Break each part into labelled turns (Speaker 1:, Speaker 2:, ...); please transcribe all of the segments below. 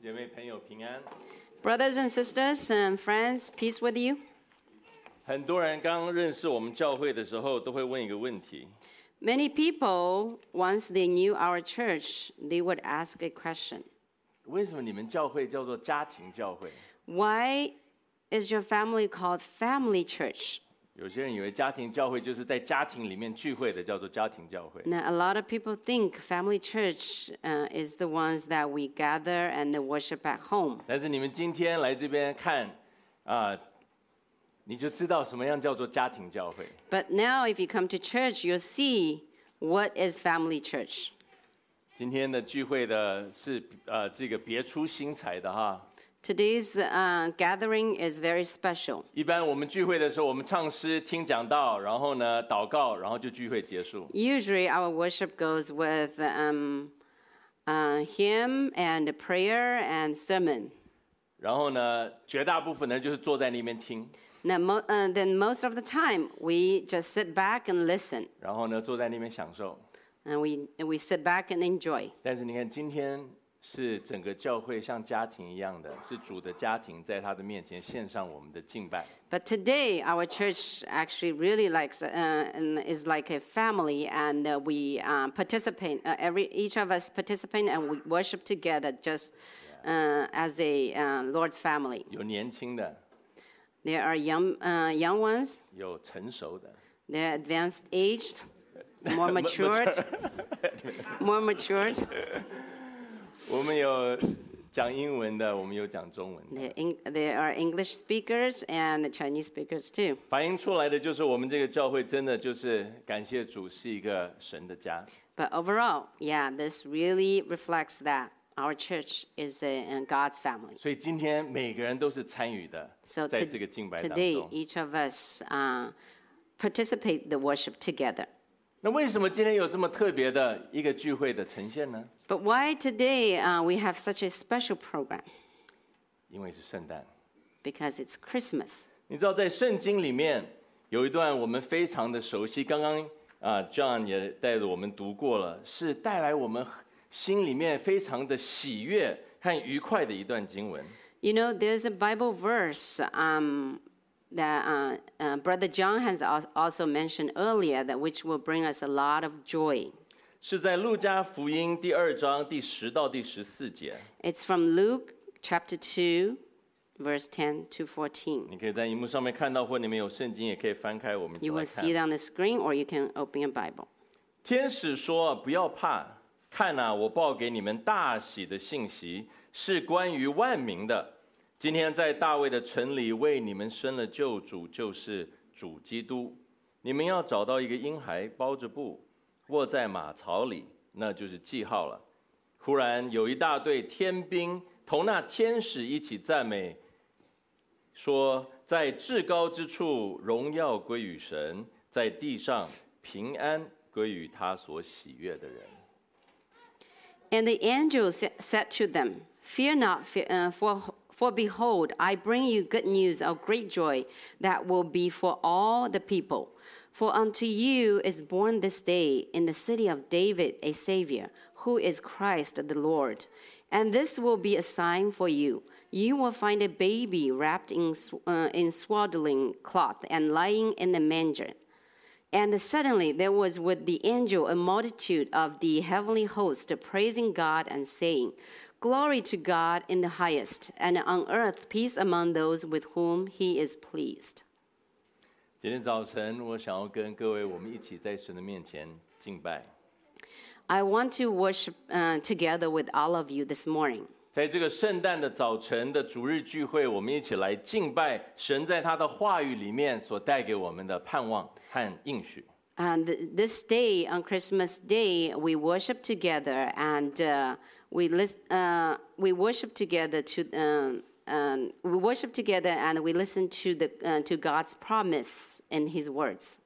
Speaker 1: 姐妹朋友平安。
Speaker 2: Brothers and sisters and friends, peace with you.
Speaker 1: 很多人刚认识我们教会的时候，都会问一个问题：
Speaker 2: Many people, once they knew our church, they would ask a question
Speaker 1: 为什么你们教会叫做家庭教会？
Speaker 2: Why is your family called family church?
Speaker 1: 有些人以为家庭教会就是在家庭里面聚会的，叫做家庭教会。
Speaker 2: Now, a lot of people think family church uh, is the ones that we gather and worship at home.
Speaker 1: 但是你们今天来这边看，啊、你就知道什么样叫做家庭教会。
Speaker 2: But now, if you come to church, you'll see what is family church.
Speaker 1: 今天的聚会的是呃这个别出心裁的哈。
Speaker 2: Today's uh, gathering is very special.
Speaker 1: 一般我们聚会的时候，我们唱诗、听讲道，然后呢祷告，然后就聚会结束。
Speaker 2: Usually, our worship goes with um, uh, hymn and prayer and sermon.
Speaker 1: 然后呢，绝大部分人就是坐在那边听，
Speaker 2: Now, mo- uh, then most of the time, we just sit back and listen,
Speaker 1: 然后呢坐在那边享受。
Speaker 2: and we and we sit back and enjoy.
Speaker 1: 但是你看，今天是整个教会像家庭一样的，是主的家庭，在他的面前献上我们的敬拜。
Speaker 2: But today, our church actually really likes uh, and is like a family, and uh, we uh, participate. Uh, every each of us participate, and we worship together, just uh, as a uh, Lord's family.
Speaker 1: 有年轻的，
Speaker 2: There are young uh, young ones.
Speaker 1: 有成熟的，
Speaker 2: They're advanced aged, more
Speaker 1: Ma-
Speaker 2: matured, more matured.
Speaker 1: 我们有讲英文的，我们有讲中文的。
Speaker 2: They're Eng- There are English speakers and the Chinese speakers too.
Speaker 1: 反映出来的就是我们这个教会真的就是感谢主是一个神的家。
Speaker 2: But overall, yeah, this really reflects that our church is a, in God's family.
Speaker 1: 所以今天每个人都是参与的
Speaker 2: So，
Speaker 1: 在
Speaker 2: to-
Speaker 1: 这个敬拜当
Speaker 2: today,
Speaker 1: 中。
Speaker 2: each of us uh, participate the worship together.
Speaker 1: 那为什么今天有这么特别的一个聚会的呈现呢？
Speaker 2: But why today uh, we have such a special program?
Speaker 1: 因为是圣诞。
Speaker 2: Because it's Christmas.
Speaker 1: 你知道，在圣经里面有一段我们非常的熟悉，刚刚啊，John 也带着我们读过了，是带来我们心里面非常的喜悦和愉快的一段经文。
Speaker 2: You know, there's a Bible verse um, that uh, uh, Brother John has al- also mentioned earlier, that which will bring us a lot of joy.
Speaker 1: 是在路加福音第二章第十到第十四节，
Speaker 2: It's from Luke chapter 2, verse 10 to 14.
Speaker 1: 你可以在荧幕上面看到，或你们有圣经也可以翻开，我们一起
Speaker 2: You
Speaker 1: 来
Speaker 2: will
Speaker 1: 看
Speaker 2: see it。on the screen, or you can open your Bible.
Speaker 1: 天使说：“不要怕，看呐、我报给你们大喜的信息，是关于万民的。今天在大卫的城里为你们生了救主，就是主基督。你们要找到一个婴孩，包着布，卧在马槽里，那就是记号了。”忽然有一大队天兵同那天使一起赞美说在至高之处荣耀归于神，在地上平安归于他所喜悦的人。
Speaker 2: And the angel sa- said to them, Fear not, fe- uh, for, for behold, I bring you good news of great joy that will be for all the people. For unto you is born this day in the city of David a Savior, who is Christ the Lord. And this will be a sign for you. You will find a baby wrapped in, sw- uh, in swaddling cloth and lying in a manger. And suddenly there was with the angel a multitude of the heavenly host praising God and saying, Glory to God in the highest, and on earth peace among those with whom he is pleased.
Speaker 1: 今天早晨，我想要跟各位我们一起在神的面前敬拜。
Speaker 2: I want to worship uh, together with all of you this morning.
Speaker 1: 在这个圣诞的早晨的主日聚会，我们一起来敬拜神，在他的话语里面所带给我们的盼望和应许。
Speaker 2: And th- this day, on Christmas Day, we worship together and uh, we, lis- uh, we worship together to. Um, um, we worship together and we listen to the uh, to God's promise in His words.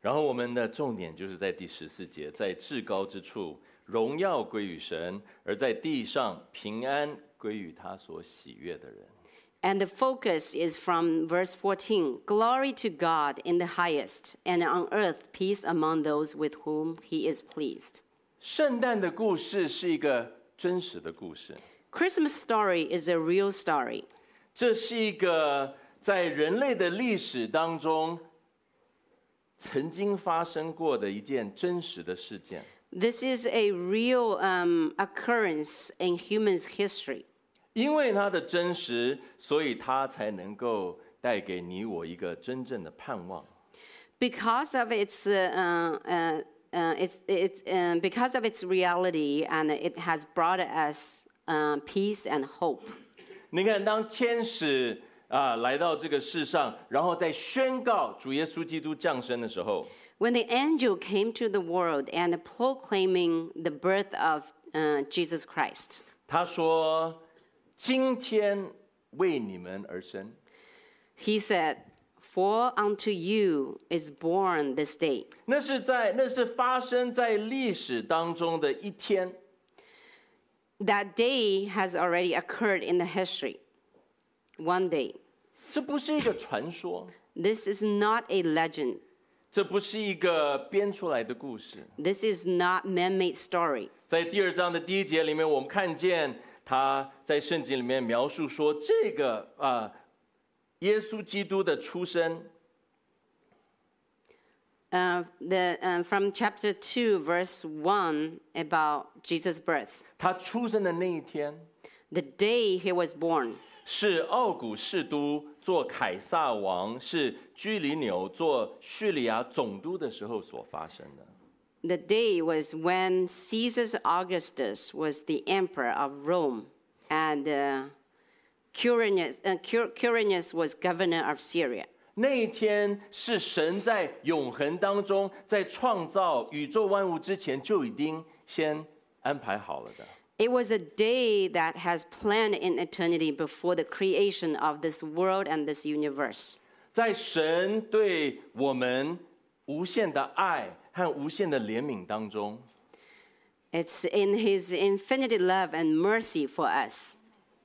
Speaker 1: 然后我们的重点就是在第十四节，在至高之处，荣耀归于神；而在地上，平安归于他所喜悦的人。
Speaker 2: And the focus is from verse 14 Glory to God in the highest, and on earth peace among those with whom He is pleased.
Speaker 1: 圣诞的故事是一个真实的故事，
Speaker 2: Christmas story is a real story.
Speaker 1: 这是一个在人类的历史当中曾经发生过的一件真实的事件。
Speaker 2: This is a real um, occurrence in humans' history.
Speaker 1: 因为它的真实，所以它才能够带给你我一个真正的盼望。
Speaker 2: Because of its, uh, uh, uh, its, its um, because of its reality, and it has brought us uh, peace and hope.
Speaker 1: 你看，当天使啊、来到这个世上，然后在宣告主耶稣基督降生的时候，
Speaker 2: When the angel came to the world and proclaiming the birth of uh, Jesus Christ,
Speaker 1: 他说：“今天为你们而生。
Speaker 2: he said, For unto you is born this day. ”
Speaker 1: 那是在那是发生在历史当中的一天，
Speaker 2: That day has already occurred in the history. One day.
Speaker 1: 这不是一个传说，
Speaker 2: This is not a legend.
Speaker 1: 这不是一个编出来的故事。
Speaker 2: This is not man-made story.
Speaker 1: 在第二章的第一节里面，我们看见他在圣经里面描述说，这个啊、耶稣基督的出生
Speaker 2: Uh, the, uh, from chapter 2, verse 1, about Jesus' birth.
Speaker 1: 他出生的那一天，
Speaker 2: The day he was born.
Speaker 1: 是奥古士都做凯撒王，是居里纽做叙利亚总督的时候所发生的。
Speaker 2: The day was when Caesar Augustus was the emperor of Rome, and uh, Quirinius, uh, Quir- Quirinius was governor of Syria.
Speaker 1: 那一天是神在永恒当中，在创造宇宙万物之前就已经先安排好了的。
Speaker 2: It was a day that has planned in eternity before the creation of this world and this universe.
Speaker 1: 在神对我们无限的爱和无限的怜悯当中，
Speaker 2: It's in his infinite love and mercy for us.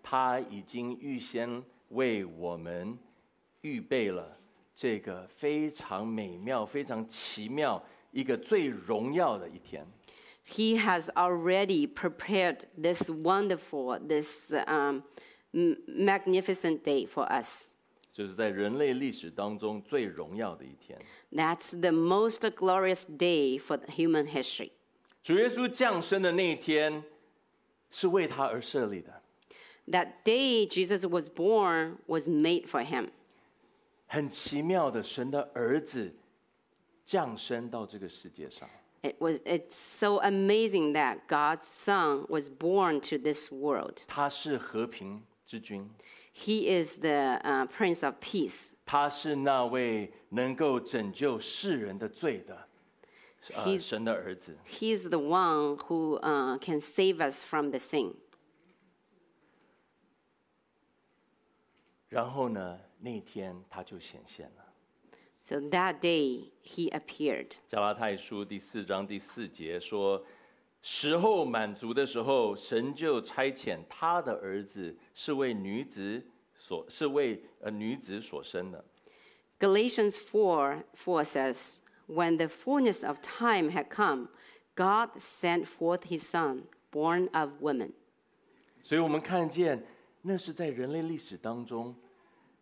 Speaker 1: 他已经预先为我们预备了这个非常美妙、非常奇妙、一个最荣耀的一天。
Speaker 2: He has already prepared this wonderful, this um, m- magnificent day for us.
Speaker 1: 就是在人类历史当中最荣耀的一天，
Speaker 2: That's the most glorious day for the human history.
Speaker 1: 主耶稣降生的那一天，是为他而设立的，
Speaker 2: That day Jesus was born was made for him.
Speaker 1: 很奇妙的，神的儿子降生到这个世界上。
Speaker 2: It was it's so amazing that God's son was born to this world.
Speaker 1: 他是和平之君，
Speaker 2: He is the uh, prince of peace.
Speaker 1: 他是那位能够拯救世人的罪的，呃，
Speaker 2: He's-
Speaker 1: 神的儿子。
Speaker 2: He is the one who uh, can save us from the sin.
Speaker 1: 然后呢，那一天他就显现了。
Speaker 2: So that day he appeared.
Speaker 1: 加拉太书第四章第四节说：“时候满足的时候，神就差遣他的儿子，是为女子所，是为呃女子所生的。
Speaker 2: Galatians 4 4 says, When the fullness of time had come, God sent forth his son, born of woman. ”
Speaker 1: 所以我们看见，那是在人类历史当中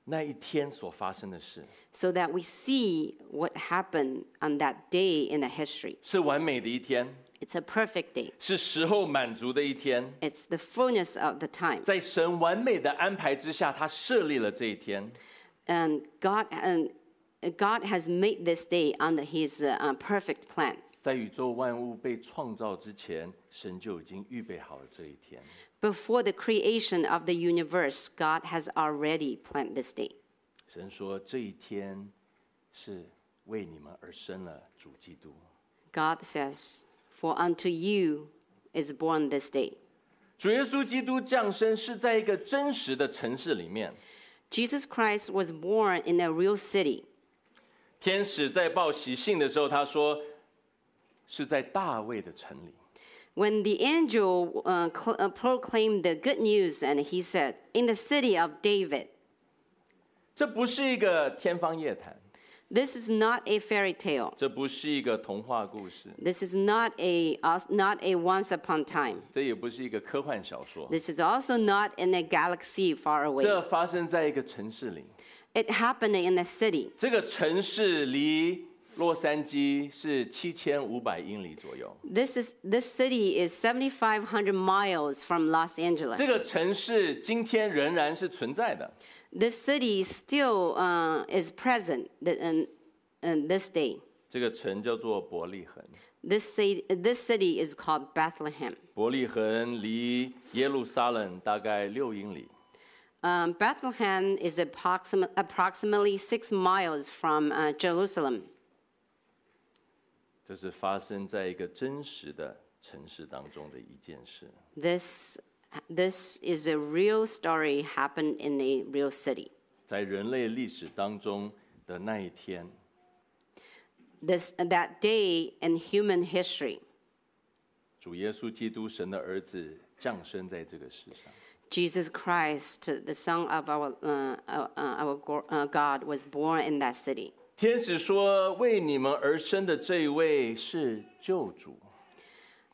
Speaker 1: 那一天所发生的事，
Speaker 2: So that we see what happened on that day in the history.
Speaker 1: 是完美的一天。
Speaker 2: It's a perfect day.
Speaker 1: 是时候满足的一天，
Speaker 2: It's the fullness of the time.
Speaker 1: 在神完美的安排之下，他设立了这一天。
Speaker 2: And God, and God has made this day under his uh, uh, perfect plan.
Speaker 1: 在宇宙万物被创造之前，神就已经预备好了这一天。
Speaker 2: Before the creation of the universe, God has already planned this day.
Speaker 1: 神说：“这一天是为你们而生了主基督。
Speaker 2: God says, For unto you is born this day. ”
Speaker 1: 主耶稣基督降生是在一个真实的城市里面，
Speaker 2: Jesus Christ was born in a real city.
Speaker 1: 天使在报喜信的时候，他说是在大卫的城里。
Speaker 2: When the angel uh, cl- uh, proclaimed the good news, and he said, In the city of David,
Speaker 1: 这不是一个天方夜谭，
Speaker 2: This is not a fairy tale.
Speaker 1: 这不是一个童话故事，
Speaker 2: This is not a us not a once upon time.
Speaker 1: 这也不是一个科幻小说，
Speaker 2: This is also not in a galaxy far away.
Speaker 1: 这发生在一个城市里。
Speaker 2: it happened in the city.
Speaker 1: 这个城市离洛杉矶是七千五百英里左右。
Speaker 2: This is this city is 7500 miles from Los Angeles.
Speaker 1: 这个城市今天仍然是存在的，
Speaker 2: this city still uh, is present th- in, in this day.
Speaker 1: 这个城叫做伯利恒。
Speaker 2: This city, this city is called Bethlehem.
Speaker 1: 伯利恒离耶路撒冷大概六英里。
Speaker 2: Um, Bethlehem is approxima- approximately six miles from uh, Jerusalem.
Speaker 1: 这是发生在一个真实的城市当中的一件事。
Speaker 2: This, this is a real story happened in a real city.
Speaker 1: 在人类历史当中的那一天，
Speaker 2: This, that day in human history,
Speaker 1: 主耶稣基督神的儿子降生在这个世上。
Speaker 2: Jesus Christ, the Son of our, uh, our, our go- uh, God, was born in that city.
Speaker 1: 天使说：“为你们而生的这一位是救主。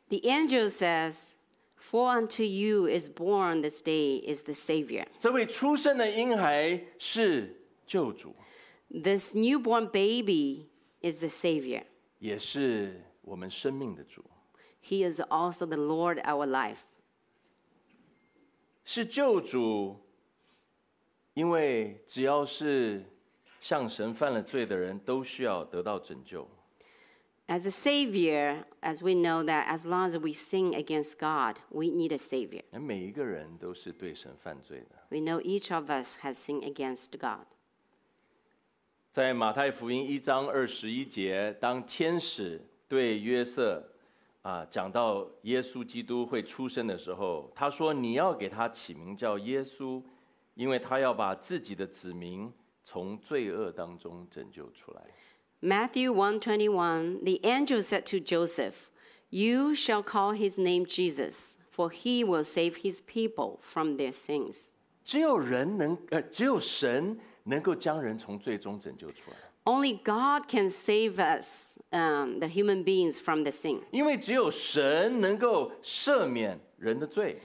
Speaker 2: The angel says, For unto you is born this day is the Savior.
Speaker 1: 这位出生的婴孩是救主，
Speaker 2: This newborn baby is the Savior.
Speaker 1: 也是我们生命的主，
Speaker 2: He is also the Lord our life.
Speaker 1: 是救主。因为只要是向神犯了罪的人，都需要得到拯救。
Speaker 2: As a Savior, as we know that as long as we sin against God, we need a Savior.
Speaker 1: 那每一个人都是对神犯罪的。
Speaker 2: We know each of us has sinned against God.
Speaker 1: 在马太福音一章二十一节，当天使对约瑟啊讲到耶稣基督会出生的时候，他说：“你要给他起名叫耶稣，因为他要把自己的子民从罪恶当中拯救出来。
Speaker 2: Matthew 121 The angel said to Joseph, You shall call his name Jesus, for he will save his people from their sins.
Speaker 1: 只有人能，呃，只有神能够将人从最终拯救出来，
Speaker 2: Only God can save us, um, the human beings, from the sin.
Speaker 1: 因为只有神能够赦免人的罪。”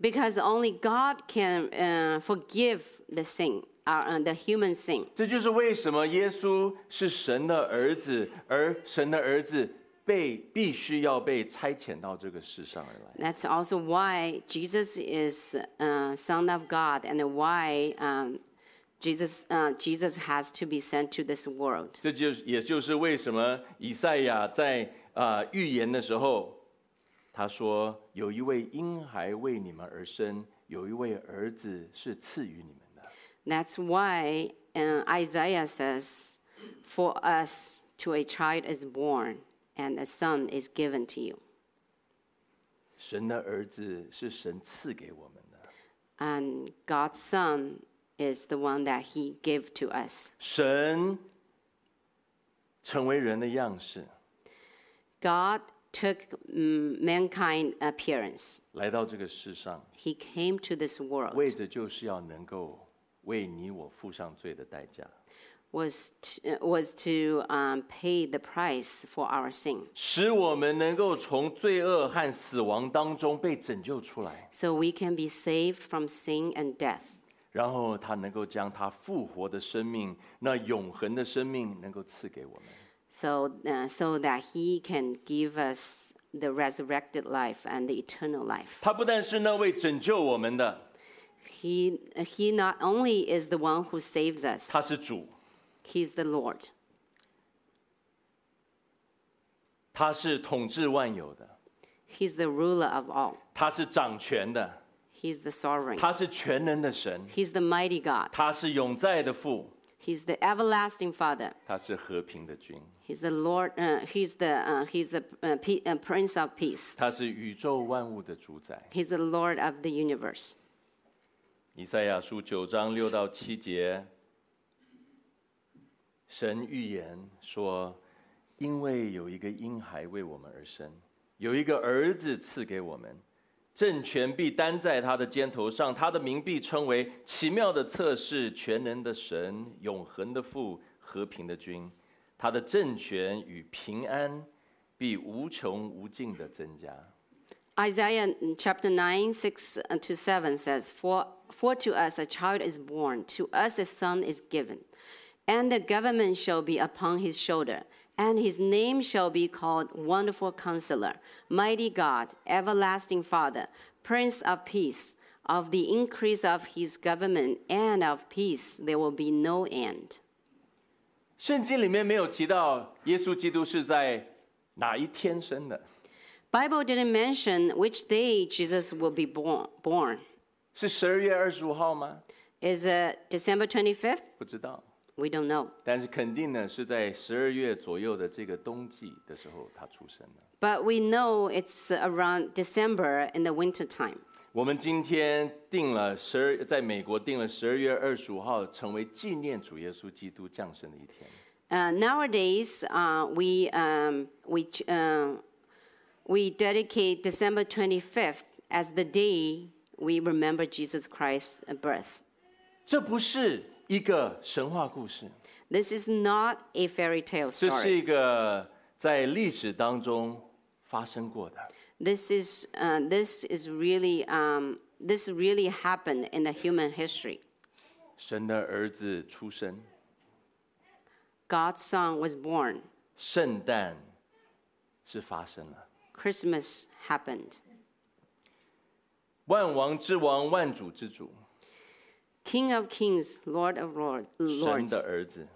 Speaker 2: Because only God can uh, forgive the sin, uh, uh, the human sin.
Speaker 1: 这就是为什么耶稣是神的儿子，而神的儿子被必须要被差遣到这个世上而来。
Speaker 2: That's also why Jesus is uh, Son of God, and why um, Jesus, uh, Jesus has to be sent to this world.
Speaker 1: 这就是也就是为什么以赛亚在啊、呃预言的时候，他说有一位婴孩为你们而生，有一位儿子是赐予你们的。
Speaker 2: That's why uh, Isaiah says, For us to a child is born, and a son is given to you.
Speaker 1: 神的儿子是神赐给我们的，
Speaker 2: And God's Son is the one that He gave to us.
Speaker 1: 神成为人的样式，
Speaker 2: God took mm, mankind appearance.
Speaker 1: 来到这个世上。
Speaker 2: He came to this world
Speaker 1: 为着就是要能够为你我付上罪的代价。
Speaker 2: was to, was to um, pay the price for our sin,
Speaker 1: 使我们能够从罪恶和死亡当中被拯救出来，
Speaker 2: so we can be saved from sin and death.
Speaker 1: 然后他能够将他复活的生命、那永恒的生命能够赐给我们。
Speaker 2: So uh, so that He can give us the resurrected life and the eternal life.
Speaker 1: 他不但是那位拯救我们的，
Speaker 2: He He not only is the one who saves us,
Speaker 1: 他是主，
Speaker 2: He's the Lord.
Speaker 1: 他是统治万有的，
Speaker 2: He's the ruler of all.
Speaker 1: 他是掌权的，
Speaker 2: He's the sovereign.
Speaker 1: 他是全能的神，
Speaker 2: He's the mighty God.
Speaker 1: 他是永在的父，
Speaker 2: He's the everlasting Father.
Speaker 1: 他是和平的君，
Speaker 2: He's the Lord. Uh, he's the uh, He's the uh, pe- uh, Prince of Peace.
Speaker 1: 他是宇宙万物的主宰。
Speaker 2: He's the Lord of the universe.
Speaker 1: 以赛亚书九章六到七节，神预言说：“因为有一个婴孩为我们而生，有一个儿子赐给我们，政权必担在他的肩头上，他的名必称为奇妙的测试、全能的神、永恒的父和平的君，他的政权与平安必无穷无尽的增加。
Speaker 2: Isaiah mm, chapter 9, 6 to 7 says, for, for to us a child is born, to us a son is given, and the government shall be upon his shoulder, and his name shall be called Wonderful Counselor, Mighty God, Everlasting Father, Prince of Peace. Of the increase of his government and of peace, there will be no end.
Speaker 1: 圣经里面没有提到耶稣基督是在哪一天生的，
Speaker 2: Bible didn't mention which day Jesus will be born. born.
Speaker 1: 是十二月二十五号吗？
Speaker 2: Is it December 25th?
Speaker 1: 不知道，
Speaker 2: We don't know.
Speaker 1: 但是肯定呢是在十二月左右的这个冬季的时候他出生的。
Speaker 2: But we know it's around December in the wintertime.
Speaker 1: 我们今天定了十二，在美国定了十二月二十五号，成为纪念主耶稣基督降生的一天。
Speaker 2: Uh, nowadays, uh, we, um, we, ch- uh, we dedicate December 25th as the day we remember Jesus Christ's birth.
Speaker 1: 这不是一个神话故事，
Speaker 2: This is not a fairy tale
Speaker 1: 这是
Speaker 2: story.
Speaker 1: 一个在历史当中发生过的。
Speaker 2: This is, uh, this is really, um, this really happened in the human history.
Speaker 1: 神的儿子出生，
Speaker 2: God's son was born.
Speaker 1: 圣诞是发生了。
Speaker 2: Christmas happened.
Speaker 1: 万王之王，万主之主，
Speaker 2: King of kings, Lord of lord,
Speaker 1: 神
Speaker 2: lords,
Speaker 1: 的儿子，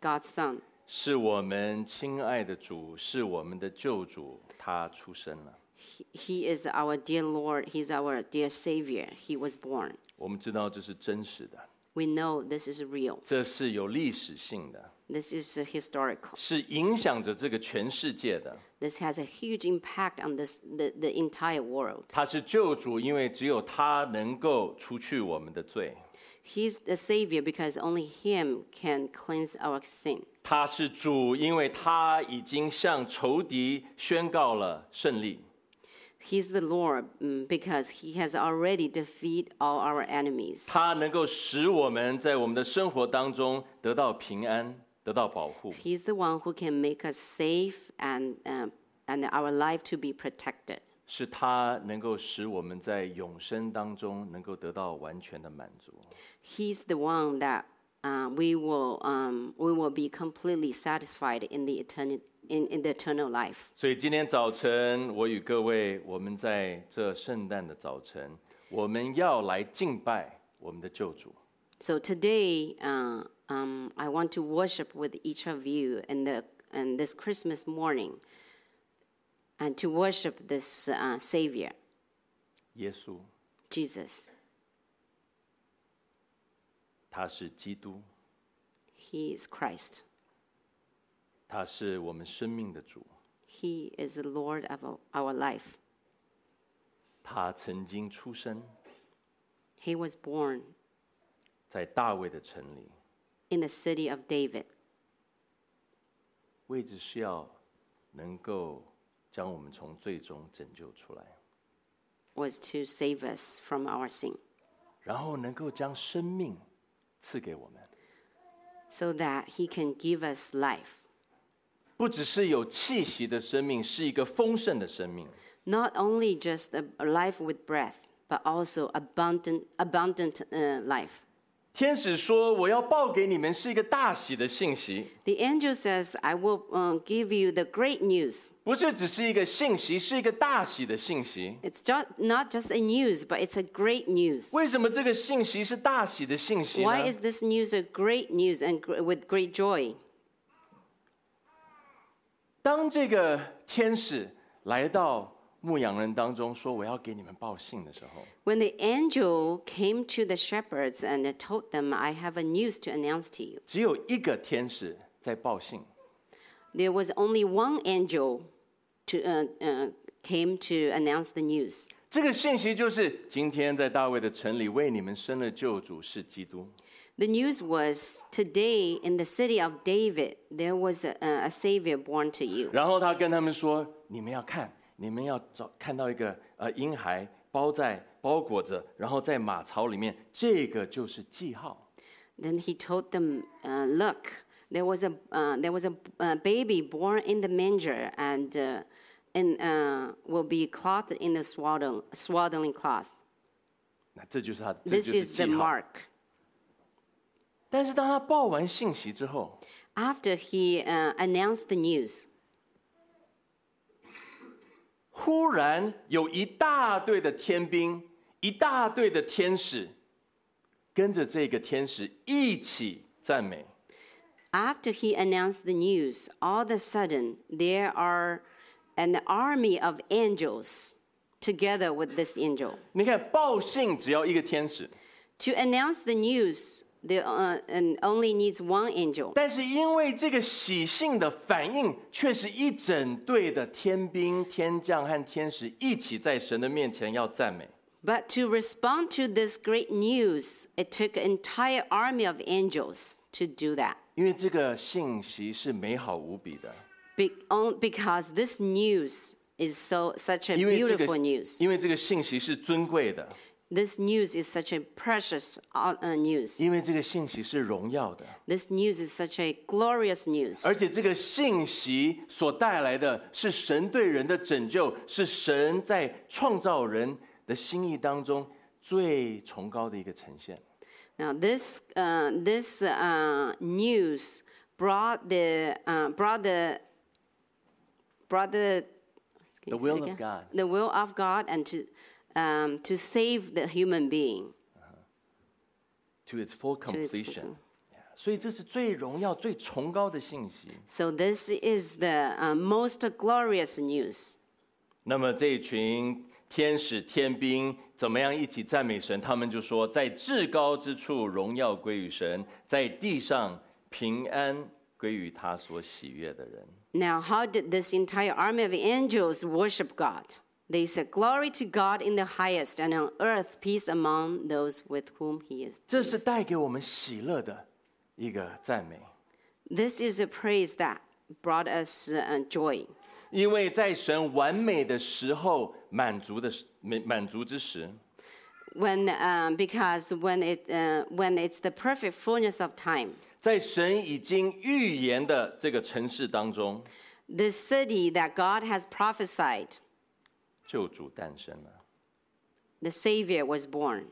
Speaker 2: God's son.
Speaker 1: 是我们亲爱的主，是我们的救主，他出生了。
Speaker 2: He- He is our dear Lord. He's our dear Savior. He was born.
Speaker 1: 我们知道这是真实的，
Speaker 2: We know this is real.
Speaker 1: 这是有历史性的，
Speaker 2: This is uh, historical.
Speaker 1: 是影响着这个全世界的。
Speaker 2: This has a huge impact on this the, the entire world.
Speaker 1: 他是救主，因为只有他能够除去我们的罪；
Speaker 2: He's the Savior because only Him can cleanse our sin.
Speaker 1: 他是主，因为他已经向仇敌宣告了胜利；
Speaker 2: He's the Lord mm, because He has already defeated all our enemies.
Speaker 1: 他能够使我们在我们的生活当中得到平安，得到保护。
Speaker 2: He's the one who can make us safe and, um, and our life to be protected.
Speaker 1: 是他能够使我们在永生当中能够得到完全的满足。
Speaker 2: He's the one that uh, we will um, we will be completely satisfied in the eternal in, in the eternal life.
Speaker 1: 所以今天早晨，我与各位，我们在这圣诞的早晨，我们要来敬拜我们的救主。
Speaker 2: So today, uh, um, I want to worship with each of you in the in this Christmas morning, and to worship this uh, Savior,
Speaker 1: 耶稣，
Speaker 2: Jesus.
Speaker 1: 他是基督，
Speaker 2: He is Christ.
Speaker 1: 他是我们生命的主。
Speaker 2: He is the Lord of our- our life.
Speaker 1: 他曾经出生
Speaker 2: He was born
Speaker 1: 在大卫的城里，
Speaker 2: in the city of David.
Speaker 1: 位置是要能够将我们从最终拯救出来，
Speaker 2: was to save us from our sin,
Speaker 1: 然后能够将生命赐给我们。
Speaker 2: so that He can give us life.
Speaker 1: 不只是有气息的生命，是一个丰盛的生命。
Speaker 2: Not only just a a life with breath, but also abundant, abundant uh, life.
Speaker 1: 天使说：“我要报给你们是一个大喜的信息，
Speaker 2: The angel says, I will uh, give you the great news.
Speaker 1: 不是只是一个信息，是一个大喜的信息。
Speaker 2: It's just, not just a news, but it's a great news.
Speaker 1: 为什么这个信息是大喜的信息
Speaker 2: Why
Speaker 1: 呢？
Speaker 2: is this news a great news and gr- with great joy?
Speaker 1: 当这个天使来到牧羊人当中，说我要给你们报信的时候，
Speaker 2: When the angel came to the shepherds and uh, told them, I have a news to announce to you,
Speaker 1: 只有一个天使在报信，
Speaker 2: there was only one angel to uh, uh, came to announce the news
Speaker 1: 这个信息就是今天在大卫的城里为你们生了救主是基督。
Speaker 2: the news was today in the city of david there was a, a savior born to you
Speaker 1: 然后他跟他们说：“你们要看，你们要找看到一个呃婴孩包在包裹着，然后在马槽里面，这个就是记号。
Speaker 2: then he told them uh, look there was a uh, there was a uh, baby born in the manger and uh, and uh, will be clothed in the swaddling, swaddling cloth.
Speaker 1: 那这就是他，这
Speaker 2: This
Speaker 1: 就是
Speaker 2: is the
Speaker 1: 记号。
Speaker 2: mark.
Speaker 1: 但是当他报完信息之后，
Speaker 2: After he uh, announced the news,
Speaker 1: 忽然有一大队的天兵，一大队的天使，跟着这个天使一起赞美。
Speaker 2: after he announced the news, all of a sudden there are an army of angels together with this angel.
Speaker 1: 你看，报信只要一个天使，
Speaker 2: To announce the news, there uh, and only needs one angel.
Speaker 1: 但是因为这个喜信的反应，却是一整队的天兵、天将和天使一起在神的面前要赞美。
Speaker 2: But to respond to this great news, it took an entire army of angels to do that.
Speaker 1: 因为这个信息是美好无比的，
Speaker 2: Be- on- because this news is so such a
Speaker 1: 因为这个
Speaker 2: beautiful news.
Speaker 1: 因为这个信息是尊贵的，
Speaker 2: This news is such a precious uh, uh, news.
Speaker 1: 因为这个信息是荣耀的，
Speaker 2: This news is such a glorious news.
Speaker 1: 而且这个信息所带来的是神对人的拯救，是神在创造人的心意当中最崇高的一个呈现。
Speaker 2: Now this uh, this uh, news brought the uh, brought the brought the
Speaker 1: The
Speaker 2: excuse me
Speaker 1: will of
Speaker 2: again.
Speaker 1: God.
Speaker 2: the will of God and to um, to save the human being.
Speaker 1: to its full
Speaker 2: its full
Speaker 1: completion.
Speaker 2: com-
Speaker 1: Yeah, 所以这是最荣耀、最崇高的信息。
Speaker 2: So this is the uh, most glorious news.
Speaker 1: 那么这一群天使、天兵怎么样一起赞美神？他们就说：“在至高之处，荣耀归于神；在地上，平安归于他所喜悦的人。
Speaker 2: Now how did this entire army of angels worship God? They said, "Glory to God in the highest, and on earth peace among those with whom He is." ”
Speaker 1: 这
Speaker 2: pleased."
Speaker 1: 是带给我们喜乐的一个赞美，
Speaker 2: This is a praise that brought us uh, joy.
Speaker 1: 因为在神完美的时候，满足的时满满足之时，
Speaker 2: When, um, because when, it, uh, when it's the perfect fullness of time,
Speaker 1: 在神已经预言的这个城市当中，
Speaker 2: the city that God has prophesied,
Speaker 1: 救主诞生了。
Speaker 2: the Savior was born.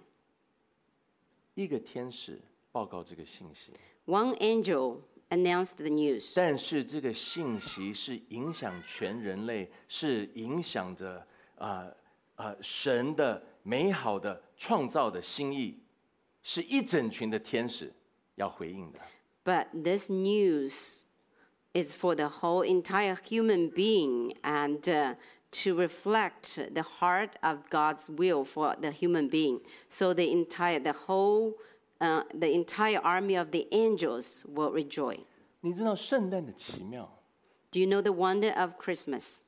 Speaker 1: 一个天使报告这个信息，
Speaker 2: One angel announced the news,
Speaker 1: 但是这个信息是影响全人类，是影响着啊啊、呃神的美好的创造的心意，是一整群的天使要回应的。
Speaker 2: but this news is for the whole entire human being and uh, to reflect the heart of God's will for the human being. So the entire, the whole, uh, the entire army of the angels will rejoice.
Speaker 1: 你知道圣诞的奇妙，
Speaker 2: Do you know the wonder of Christmas?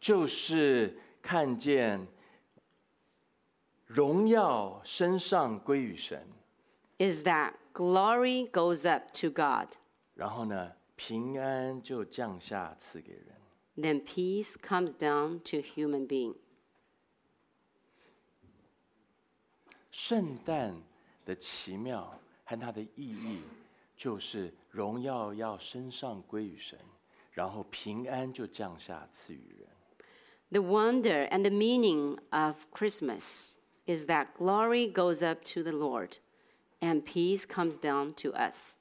Speaker 1: 就是看见荣耀身上归于神，
Speaker 2: Is that glory goes up to God,
Speaker 1: 然后呢，平安就降下赐给人。
Speaker 2: then peace comes down to human being.
Speaker 1: 圣诞的奇妙和它的意义，就是荣耀要身上归于神，然后平安就降下赐予人。
Speaker 2: The wonder and the meaning of Christmas is that glory goes up to the Lord and peace comes down to us.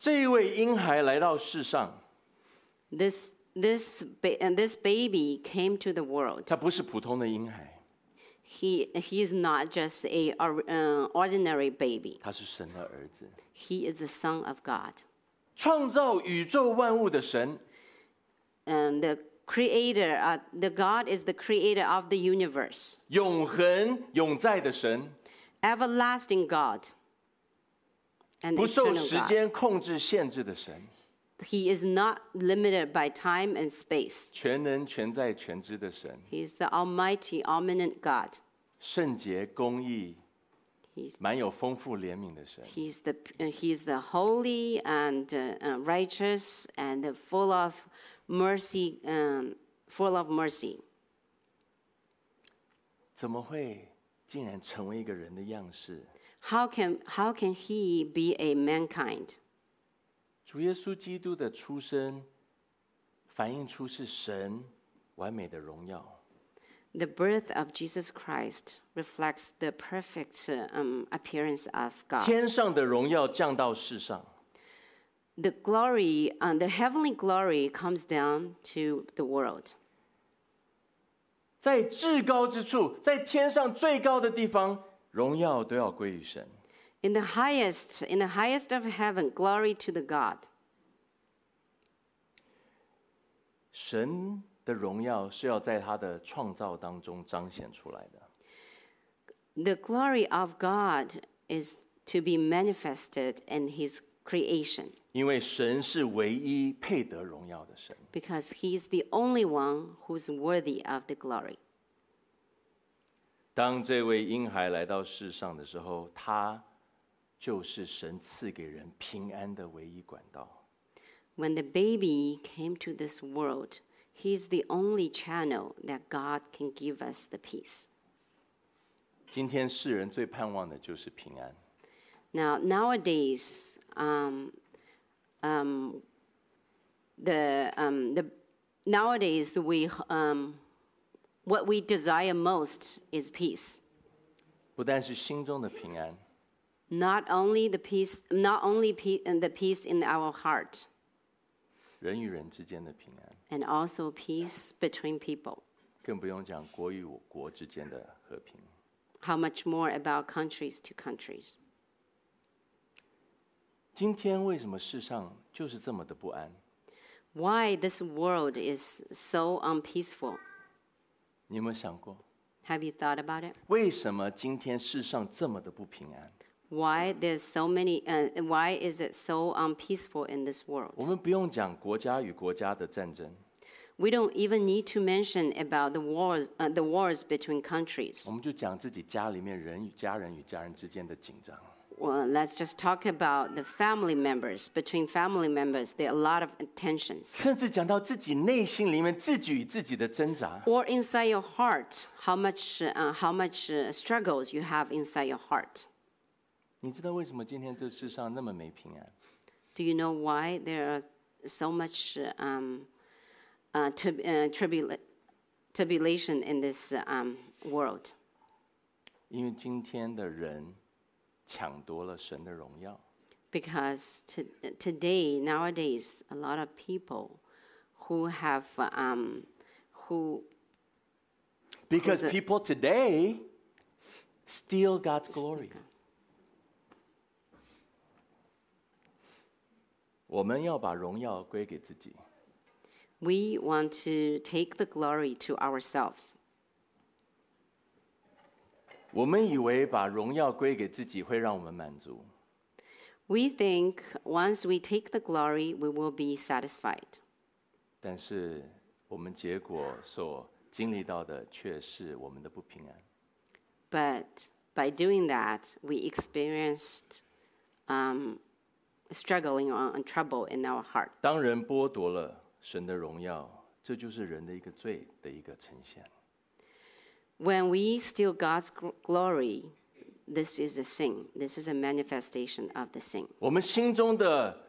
Speaker 1: 这一位婴孩来到世上，
Speaker 2: This this ba- and this baby came to the world.
Speaker 1: 他不是普通的婴孩，
Speaker 2: He he is not just a or- uh, ordinary baby.
Speaker 1: 他是神的儿子，
Speaker 2: He is the son of God.
Speaker 1: 创造宇宙万物的神，
Speaker 2: And the creator, uh, the God is the creator of the universe.
Speaker 1: 永恒永在的神，
Speaker 2: everlasting God and
Speaker 1: 不受
Speaker 2: eternal
Speaker 1: 时
Speaker 2: God.
Speaker 1: 间控制限制的神，
Speaker 2: He is not limited by time and space.
Speaker 1: 全能全在全知的神，
Speaker 2: He is the almighty, omniscient God.
Speaker 1: 圣洁公义
Speaker 2: He's-，
Speaker 1: 满有丰富怜悯的神。
Speaker 2: He is the, uh, he is the holy and uh, uh, righteous and the full of mercy, um, full of mercy.
Speaker 1: 怎么会竟然成为一个人的样式？
Speaker 2: How can, how can he be a mankind?
Speaker 1: 主耶稣基督的出生，反映出是神完美的荣耀。
Speaker 2: The birth of Jesus Christ reflects the perfect uh, um, appearance of God.
Speaker 1: 天上的荣耀降到世上，
Speaker 2: The glory, uh, the heavenly glory, comes down to the world.
Speaker 1: 在至高之处，在天上最高的地方，荣耀都要归于神。
Speaker 2: In the highest, in the highest of heaven, glory to the God.
Speaker 1: 神的荣耀是要在他的创造当中彰显出来的。
Speaker 2: The glory of God is to be manifested in His creation
Speaker 1: 因为神是唯一配得荣耀的神。
Speaker 2: because He is the only one who's worthy of the glory.
Speaker 1: 当这位婴孩来到世上的时候，他就是神赐给人平安的唯一管道。
Speaker 2: When the baby came to this world, He's the only channel that God can give us the peace.
Speaker 1: 今天世人最盼望的就是平安，
Speaker 2: Now, nowadays, um, um, the, um, the, nowadays we, um, what we desire most is peace.
Speaker 1: 不但是心中的平安，
Speaker 2: Not only the peace, not only pe- and the peace in our heart,
Speaker 1: 人与人之间的平安，
Speaker 2: and also peace between people.
Speaker 1: 更不用讲国与我国之间的和平。
Speaker 2: How much more about countries to countries?
Speaker 1: 今天为什么世上就是这么的不安？
Speaker 2: Why this world is so unpeaceful?
Speaker 1: 你有没有想过，
Speaker 2: Have you thought about it?
Speaker 1: 为什么今天世上这么的不平安？
Speaker 2: why there's so many uh, why is it so unpeaceful in this
Speaker 1: 我
Speaker 2: world
Speaker 1: 们不用讲国家与国家的战争，
Speaker 2: we don't even need to mention about the wars uh, the wars between countries
Speaker 1: 我们就讲自己家里面人与家人与家人之间的紧张。
Speaker 2: well, let's just talk about the family members between family members there are a lot of tensions
Speaker 1: 甚至讲到自己内心里面自己与自己的挣扎，
Speaker 2: or inside your heart how much uh, how much uh, struggles you have inside your heart
Speaker 1: 你知道为什么今天这世上那么没平安？
Speaker 2: do you know why there are so much uh, um, uh, trib- uh, tribula- tribulation in this uh, um, world
Speaker 1: 因为今天的人抢夺了神的荣耀，
Speaker 2: because to, today nowadays a lot of people who have um, who
Speaker 1: Because
Speaker 2: Who's it?
Speaker 1: people today steal God's glory. 我们要把荣耀归给自己。
Speaker 2: we want to take the glory to ourselves
Speaker 1: 我们以为把荣耀归给自己会让我们满足，
Speaker 2: we think once we take the glory we will be satisfied
Speaker 1: 但是我们结果所经历到的却是我们的不平安。
Speaker 2: but by doing that we experienced um, struggling or and trouble in our heart
Speaker 1: 当人剥夺了神的荣耀，这就是人的一个罪的一个呈现。
Speaker 2: when we steal god's gl- glory this is a sin this is a manifestation of the sin
Speaker 1: 我们心中的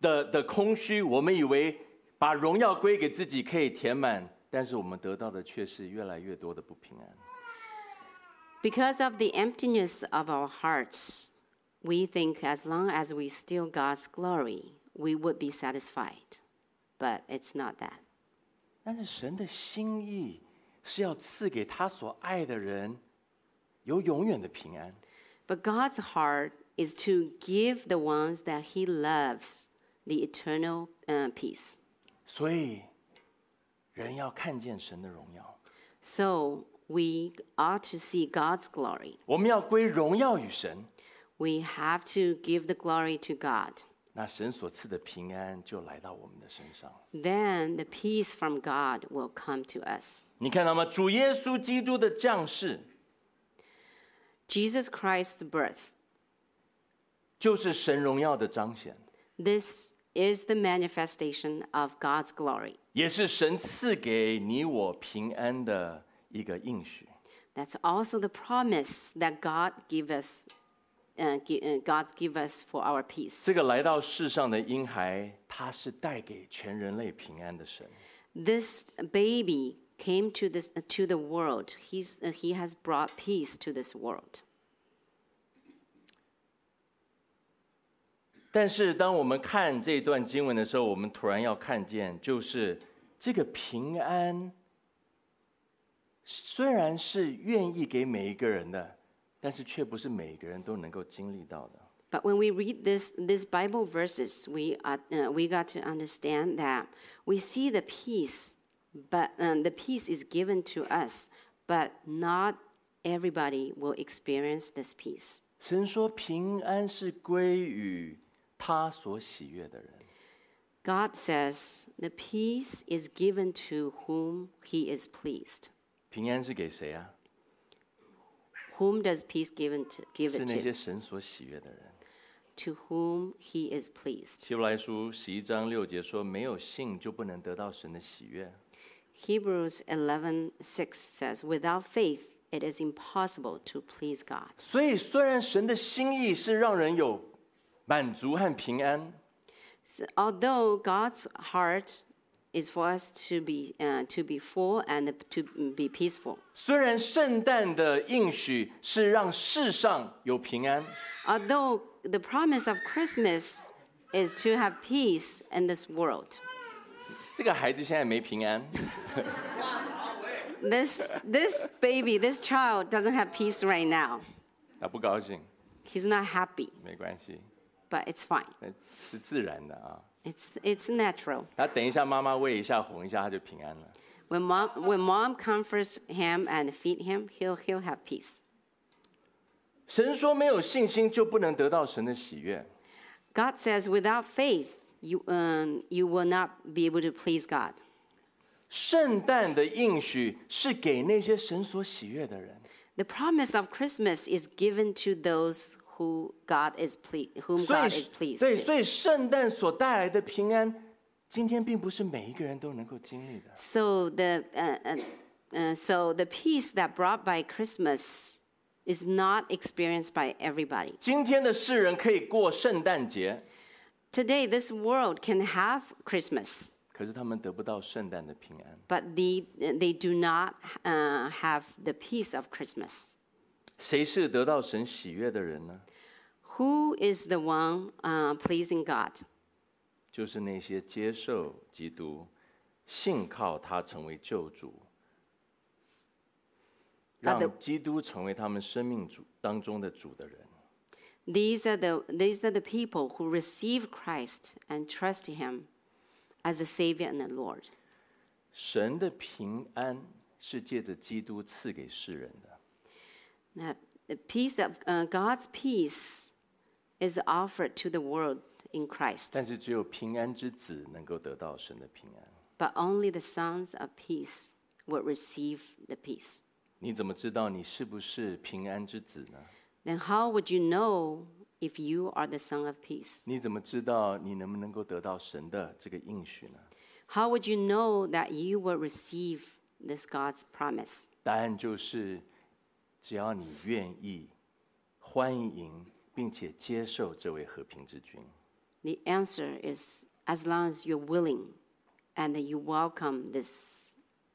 Speaker 1: 的的空虚，我们以为把荣耀归给自己可以填满，但是我们得到的却是越来越多的不平安。
Speaker 2: Because of the emptiness of our hearts, we think as long as we steal God's glory, we would be satisfied. But it's not that.
Speaker 1: 但是神的心意是要赐给他所爱的人有永远的平安。
Speaker 2: But God's heart is to give the ones that He loves the eternal uh, peace.
Speaker 1: 所以，人要看见神的荣耀，
Speaker 2: So we ought to see God's glory.
Speaker 1: 我们要归荣耀与神，
Speaker 2: We have to give the glory to God.
Speaker 1: 那神所赐的平安就来到我们的身上。
Speaker 2: Then the peace from God will come to us.
Speaker 1: 你看到吗？主耶稣基督的降世，
Speaker 2: Jesus Christ's birth.
Speaker 1: 就是神荣耀的彰显，
Speaker 2: This is the manifestation of God's glory.
Speaker 1: 也是神赐给你我平安的一个应许。
Speaker 2: That's also the promise that God give us uh, gi- uh, God give us for our peace.
Speaker 1: 这个来到世上的婴孩，他是带给全人类平安的神。
Speaker 2: This baby came to this uh, to the world. He's, uh, he has brought peace to this world.
Speaker 1: 但是，当我们看这段经文的时候，我们突然要看见，就是这个平安，虽然是愿意给每一个人的，但是却不是每一个人都能够经历到的。
Speaker 2: But when we read this, this Bible verses, we, are, uh, we got to understand that we see the peace, but um, the peace is given to us, but not everybody will experience this peace.
Speaker 1: 神说，平安是归于他所喜悦的人。
Speaker 2: God says the peace is given to whom he is pleased.
Speaker 1: 平安是给谁啊？
Speaker 2: Whom does peace given to, give
Speaker 1: 是
Speaker 2: it
Speaker 1: 那些
Speaker 2: to?
Speaker 1: 神所喜悦的人。
Speaker 2: To whom he is pleased.
Speaker 1: 希伯来书十一章六节说：“没有信就不能得到神的喜悦。
Speaker 2: Hebrews 11:6 says, "Without faith, it is impossible to please God." ”
Speaker 1: 所以，虽然神的心意是让人有满足和平安，
Speaker 2: So although God's heart is for us to be uh, to be full and to be peaceful,
Speaker 1: 虽然圣诞的应许是让世上有平安，
Speaker 2: although the promise of Christmas is to have peace in this world,
Speaker 1: 这个孩子现在没平安，
Speaker 2: this this baby, this child doesn't have peace right now.
Speaker 1: 他不高兴，
Speaker 2: He's not happy,
Speaker 1: 没关系，
Speaker 2: but it's fine.
Speaker 1: 那是自然的啊。
Speaker 2: It's it's natural.
Speaker 1: 他等一下妈妈喂一下哄一下，他就平安了。
Speaker 2: When mom when mom comforts him and feed him, he'll he'll have peace.
Speaker 1: 神说没有信心就不能得到神的喜悦，
Speaker 2: God says, without faith, you um, you will not be able to please God.
Speaker 1: 圣诞的应许是给那些神所喜悦的人。
Speaker 2: The promise of Christmas is given to those who God is pleased, whom
Speaker 1: 所以
Speaker 2: God is pleased
Speaker 1: 对，所
Speaker 2: to.
Speaker 1: 以圣诞所带来的平安，今天并不是每一个人都能够经历的。
Speaker 2: So the uh, uh, uh, so the peace that brought by Christmas is not experienced by everybody.
Speaker 1: 今天的世人可以过圣诞节，
Speaker 2: Today, this world can have Christmas,
Speaker 1: 可是他们得不到圣诞的平安。
Speaker 2: but they they do not uh, have the peace of Christmas.
Speaker 1: 谁是得到神喜悦的人呢？
Speaker 2: Who is the one uh, pleasing God?
Speaker 1: 就是那些接受基督、信靠他成为救主，
Speaker 2: 啊对
Speaker 1: 让基督成为他们生命主当中的主的人。
Speaker 2: These are the these are the people who receive Christ and trust Him as a Savior and a Lord.
Speaker 1: 神的平安是借着基督赐给世人的。
Speaker 2: That the peace of uh, God's peace is offered to the world in Christ,
Speaker 1: 但是只有平安之子能够得到神的平安。
Speaker 2: but only the sons of peace will receive the peace.
Speaker 1: 你怎么知道你是不是平安之子呢？
Speaker 2: Then how would you know if you are the son of peace?
Speaker 1: 你怎么知道你能不能够得到神的这个应许呢？
Speaker 2: How would you know that you will receive this God's promise?
Speaker 1: 答案就是，只要你愿意，欢迎并且接受这位和平之君。
Speaker 2: The answer is as long as you're willing and that you welcome this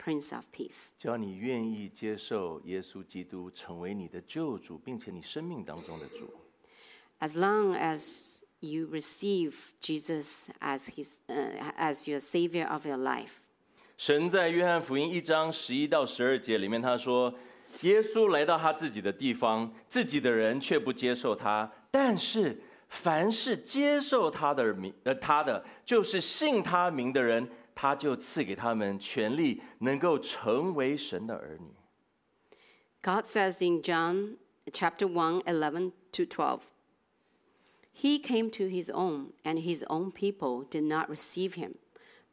Speaker 2: Prince of Peace.
Speaker 1: 只要你愿意接受耶稣基督成为你的救主，并且你生命当中的主，
Speaker 2: As long as you receive Jesus as, his, uh, as your Savior of your life.
Speaker 1: 神在约翰福音一章十一到十二节里面，他说：“耶稣来到他自己的地方，自己的人却不接受他。但是凡是接受他的名，呃，他的就是信他名的人，他就赐给他们权利，能够成为神的儿女。
Speaker 2: God says in John chapter 1, 11 to 12, He came to his own, and his own people did not receive him.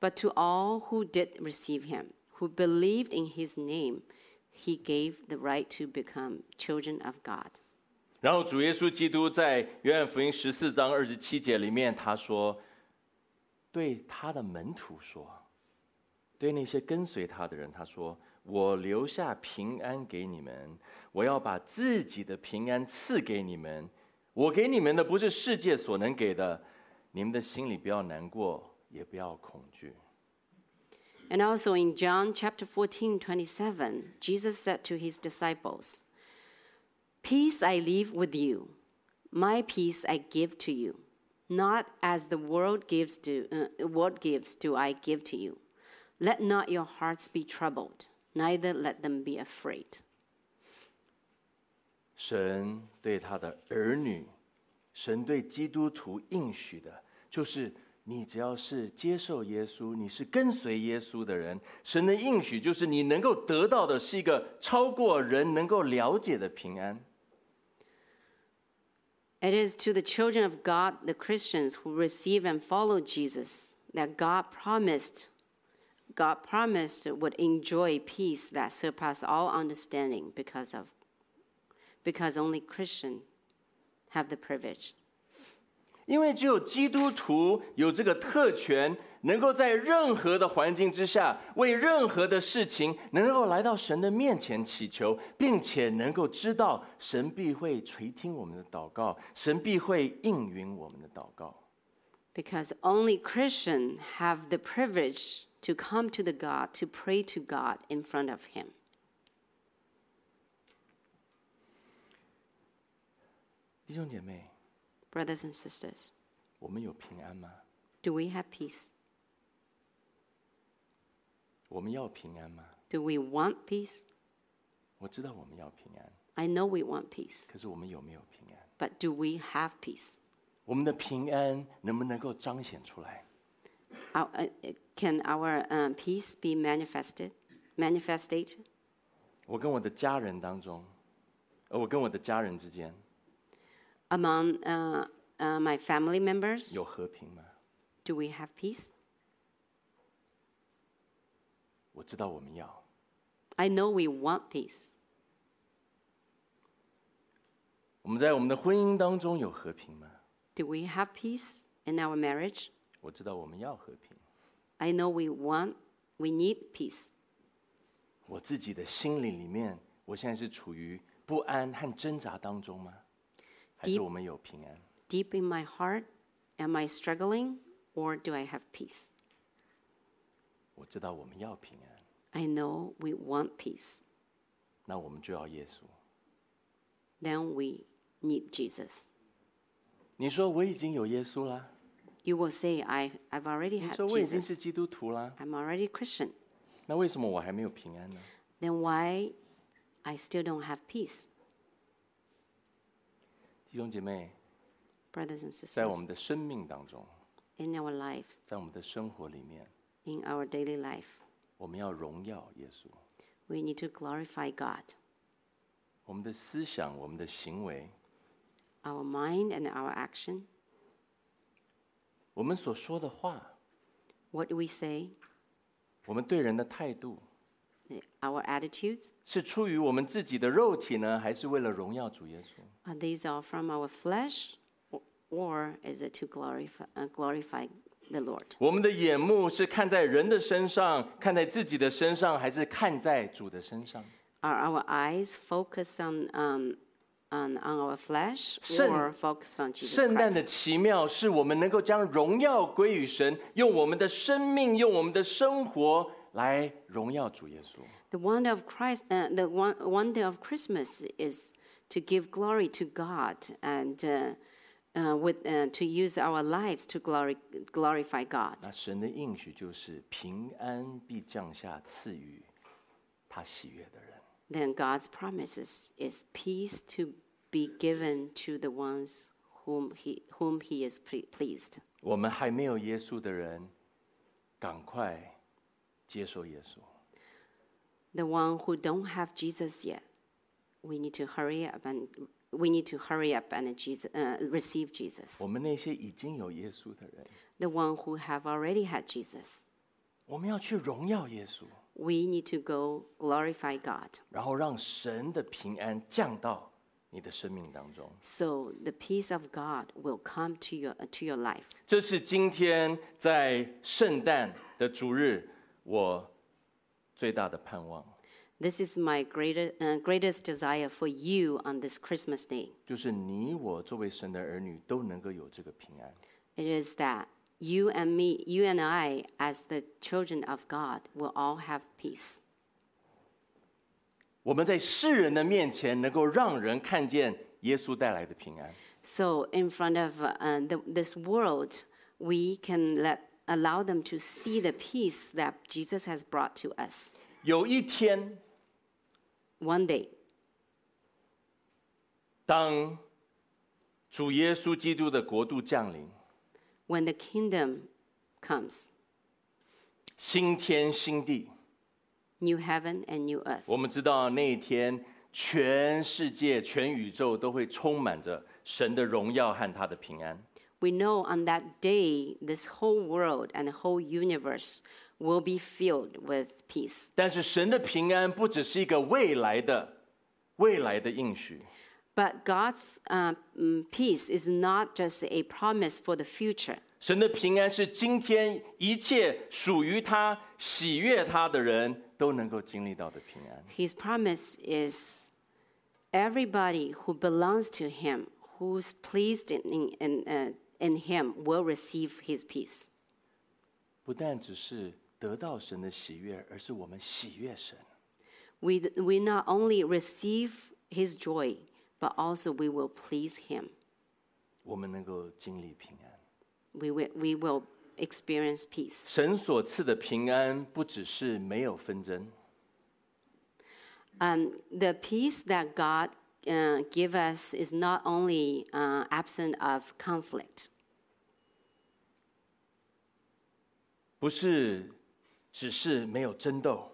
Speaker 2: But to all who did receive him, who believed in his name, he gave the right to become children of God. ”
Speaker 1: 然后主耶稣基督在约翰福音十四章二十七节里面，他说：“对他的门徒说，对那些跟随他的人，他说：我留下平安给你们，我要把自己的平安赐给你们，我给你们的不是世界所能给的，你们的心里不要难过，也不要恐惧。
Speaker 2: And also in John chapter 14, 27, Jesus said to his disciples, Peace I leave with you, my peace I give to you. Not as the world gives to uh, the world gives do I give to you. Let not your hearts be troubled, neither let them be afraid.
Speaker 1: 神对他的儿女，神对基督徒应许的，就是你只要是接受耶稣，你是跟随耶稣的人，神的应许就是你能够得到的是一个超过人能够了解的平安。
Speaker 2: It is to the children of God, the Christians who receive and follow Jesus, that God promised, God promised would enjoy peace that surpass all understanding because of, because only Christian have the privilege.
Speaker 1: 因为只有基督徒有这个特权，能够在任何的环境之下，为任何的事情，能够来到神的面前祈求，并且能够知道神必会垂听我们的祷告，神必会应允我们的祷告。
Speaker 2: Because only Christian have the privilege to come to the God, to pray to God in front of Him.
Speaker 1: 弟兄姐妹，
Speaker 2: Brothers and sisters,
Speaker 1: 我们有平安吗？
Speaker 2: do we have peace?
Speaker 1: 我们要平安吗？
Speaker 2: Do we want peace?
Speaker 1: 我知道我们要平安，
Speaker 2: I know we want peace,
Speaker 1: 可是我们有没有平安？
Speaker 2: but do we have peace?
Speaker 1: 我们的平安能不能够彰显出来？
Speaker 2: Our- uh, uh, can our um, peace be manifested? Manifested?
Speaker 1: 我跟我的家人当中，呃，我跟我的家人之间
Speaker 2: Among uh, uh, my family members,
Speaker 1: 有和平吗？
Speaker 2: do we have peace?
Speaker 1: 我知道我们要，
Speaker 2: I know we want peace.
Speaker 1: 我们在我们的婚姻当中有和平吗？
Speaker 2: Do we have peace in our marriage?
Speaker 1: 我知道我们要和平。
Speaker 2: I know we want, we need peace.
Speaker 1: 我自己的心灵里面，我现在是处于不安和挣扎当中吗？还是
Speaker 2: Deep-
Speaker 1: 我们有平安？
Speaker 2: Deep in my heart, am I struggling or do I have peace?
Speaker 1: 我知道我们要平安，
Speaker 2: I know we want peace.
Speaker 1: 那我们就要耶稣。
Speaker 2: Then we need Jesus.
Speaker 1: 你说我已经有耶稣啦，
Speaker 2: You will say, I, I've already
Speaker 1: 你
Speaker 2: had
Speaker 1: 说我已经是
Speaker 2: Jesus.
Speaker 1: 基督徒啦，
Speaker 2: I'm already Christian.
Speaker 1: 那为什么我还没有平安呢？
Speaker 2: then why I still don't have peace,
Speaker 1: 弟兄姐妹，
Speaker 2: brothers and
Speaker 1: 在我
Speaker 2: sisters,
Speaker 1: 们的生命当中，
Speaker 2: in our life,
Speaker 1: 在我们的生活里面，
Speaker 2: in our daily life.
Speaker 1: 我们要荣耀耶稣。
Speaker 2: We need to glorify God.
Speaker 1: 我们的思想、我们的行为、
Speaker 2: Our mind and our action,
Speaker 1: 我们所说的话、
Speaker 2: what we say,
Speaker 1: 我们对人的态度，
Speaker 2: our attitudes,
Speaker 1: 是出于我们自己的肉体呢，还是为了荣耀主耶稣？
Speaker 2: are these all from our flesh, or- or is it to glorify, uh, glorify the Lord?
Speaker 1: 我们的眼目是看在人的身上，看在自己的身上，还是看在主的身上？
Speaker 2: Are our eyes focused on, um, on, on our flesh
Speaker 1: 圣-
Speaker 2: or focused on Jesus
Speaker 1: 圣诞
Speaker 2: Christ?
Speaker 1: 的奇妙是我们能够将荣耀归于神，用我们的生命，用我们的生活来荣耀主耶稣。
Speaker 2: The wonder of Christ, uh, the won- wonder of Christmas is to give glory to God and uh, uh, with, uh, to use our lives to glory, glorify God.
Speaker 1: 那神的应许就是平安必降下，赐予他喜悦的人。
Speaker 2: Then God's promises is peace to be given to the ones whom He whom He is ple- pleased.
Speaker 1: 我们还没有耶稣的人，赶快接受耶稣。
Speaker 2: The one who don't have Jesus yet, we need to hurry up and we need to hurry up and Jesus, uh, receive Jesus.
Speaker 1: 我们那些已经有耶稣的人，
Speaker 2: The one who have already had Jesus.
Speaker 1: 我们要去荣耀耶稣，
Speaker 2: we need to go glorify God.
Speaker 1: 然后让神的平安降到你的生命当中。
Speaker 2: So the peace of God will come to your to your life.
Speaker 1: 这是今天在圣诞的主日我最大的盼望。
Speaker 2: This is my greater, uh, greatest desire for you on this Christmas day.
Speaker 1: 就是你我作为神的儿女都能够有这个平安。
Speaker 2: It is that you and me, you and I, as the children of God, will all have peace.
Speaker 1: 我们在世人的面前能够让人看见耶稣带来的平安。
Speaker 2: So, in front of uh, the, this world, we can let allow them to see the peace that Jesus has brought to us.
Speaker 1: 有一天，
Speaker 2: One day,
Speaker 1: 当主耶稣基督的国度降临，
Speaker 2: when the kingdom comes,
Speaker 1: 新天新地，
Speaker 2: new heaven and new earth.
Speaker 1: 我们知道那一天，全世界、全宇宙都会充满着神的荣耀和他的平安。
Speaker 2: We know on that day, this whole world and the whole universe will be filled with peace.
Speaker 1: 但是神的平安不只是一个未来的、未来的应许，
Speaker 2: But God's uh, mm, peace is not just a promise for the future.
Speaker 1: 神的平安是今天一切属于他、喜悦他的人都能够经历到的平安。
Speaker 2: His promise is everybody who belongs to Him, who's pleased in, in, in, uh, in Him, will receive His peace.
Speaker 1: 不但只是得到神的喜悦，而是我们喜悦神。
Speaker 2: We, we not only receive His joy, but also we will please Him.
Speaker 1: 我们能够经历平安。
Speaker 2: We will, we will experience peace.
Speaker 1: 神所赐的平安不只是没有纷争，
Speaker 2: Um, the peace that God uh, give us is not only uh, absent of conflict.
Speaker 1: 不是只是没有争斗，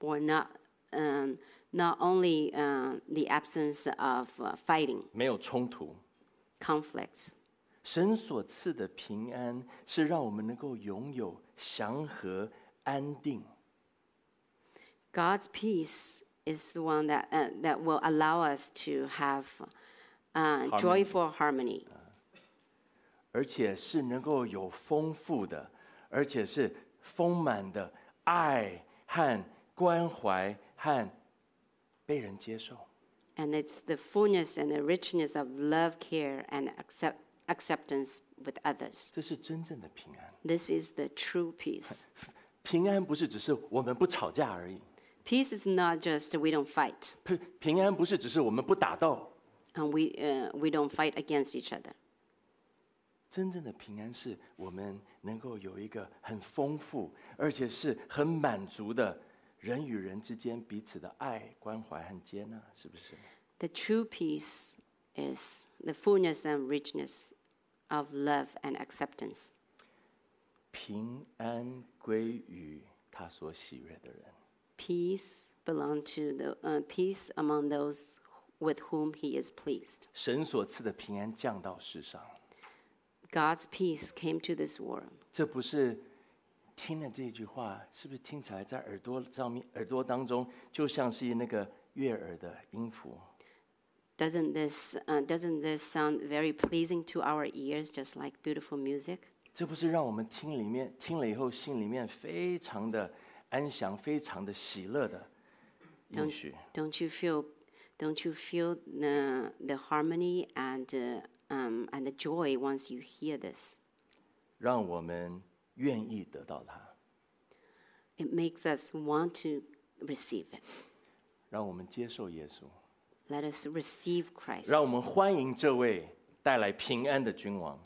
Speaker 2: or not um, not only uh, the absence of uh, fighting
Speaker 1: 没有冲突。
Speaker 2: conflicts.
Speaker 1: 神所赐的平安是让我们能够拥有祥和、安定。
Speaker 2: God's peace is the one that uh, that will allow us to have uh, joyful harmony,
Speaker 1: 而且是能够有丰富的，而且是丰满的爱和关怀和被人接受。
Speaker 2: and it's the fullness and the richness of love, care, and accept acceptance with others.
Speaker 1: 这是真正的平安。
Speaker 2: This is the true peace.
Speaker 1: 平安不是只是我们不吵架而已，
Speaker 2: Peace is not just we don't fight
Speaker 1: 平平安不是只是我们不打斗。
Speaker 2: and we uh, we don't fight against each other.
Speaker 1: 真正的平安是我们能够有一个很丰富，而且是很满足的人与人之间彼此的爱、关怀和接纳，是不是？
Speaker 2: The true peace is the fullness and richness of love and acceptance.
Speaker 1: 平安归于他所喜悦的人。
Speaker 2: Peace belong to the uh, peace among those with whom he is pleased.
Speaker 1: 神所赐的平安降到世上，
Speaker 2: God's peace came to this world.
Speaker 1: 这不是听了这句话，是不是听起来在耳朵上面、耳朵当中就像是那个悦耳的音符？
Speaker 2: Doesn't this uh, doesn't this sound very pleasing to our ears, just like beautiful music?
Speaker 1: 这不是让我们听里面听了以后，心里面非常的安详，非常的喜乐的应许。
Speaker 2: Don't you feel? Don't you feel the, the harmony and uh, um, and the joy once you hear this?
Speaker 1: 让我们愿意得到它，
Speaker 2: It makes us want to receive it.
Speaker 1: 让我们接受耶稣，
Speaker 2: Let us receive Christ.
Speaker 1: 让我们欢迎这位带来平安的君王，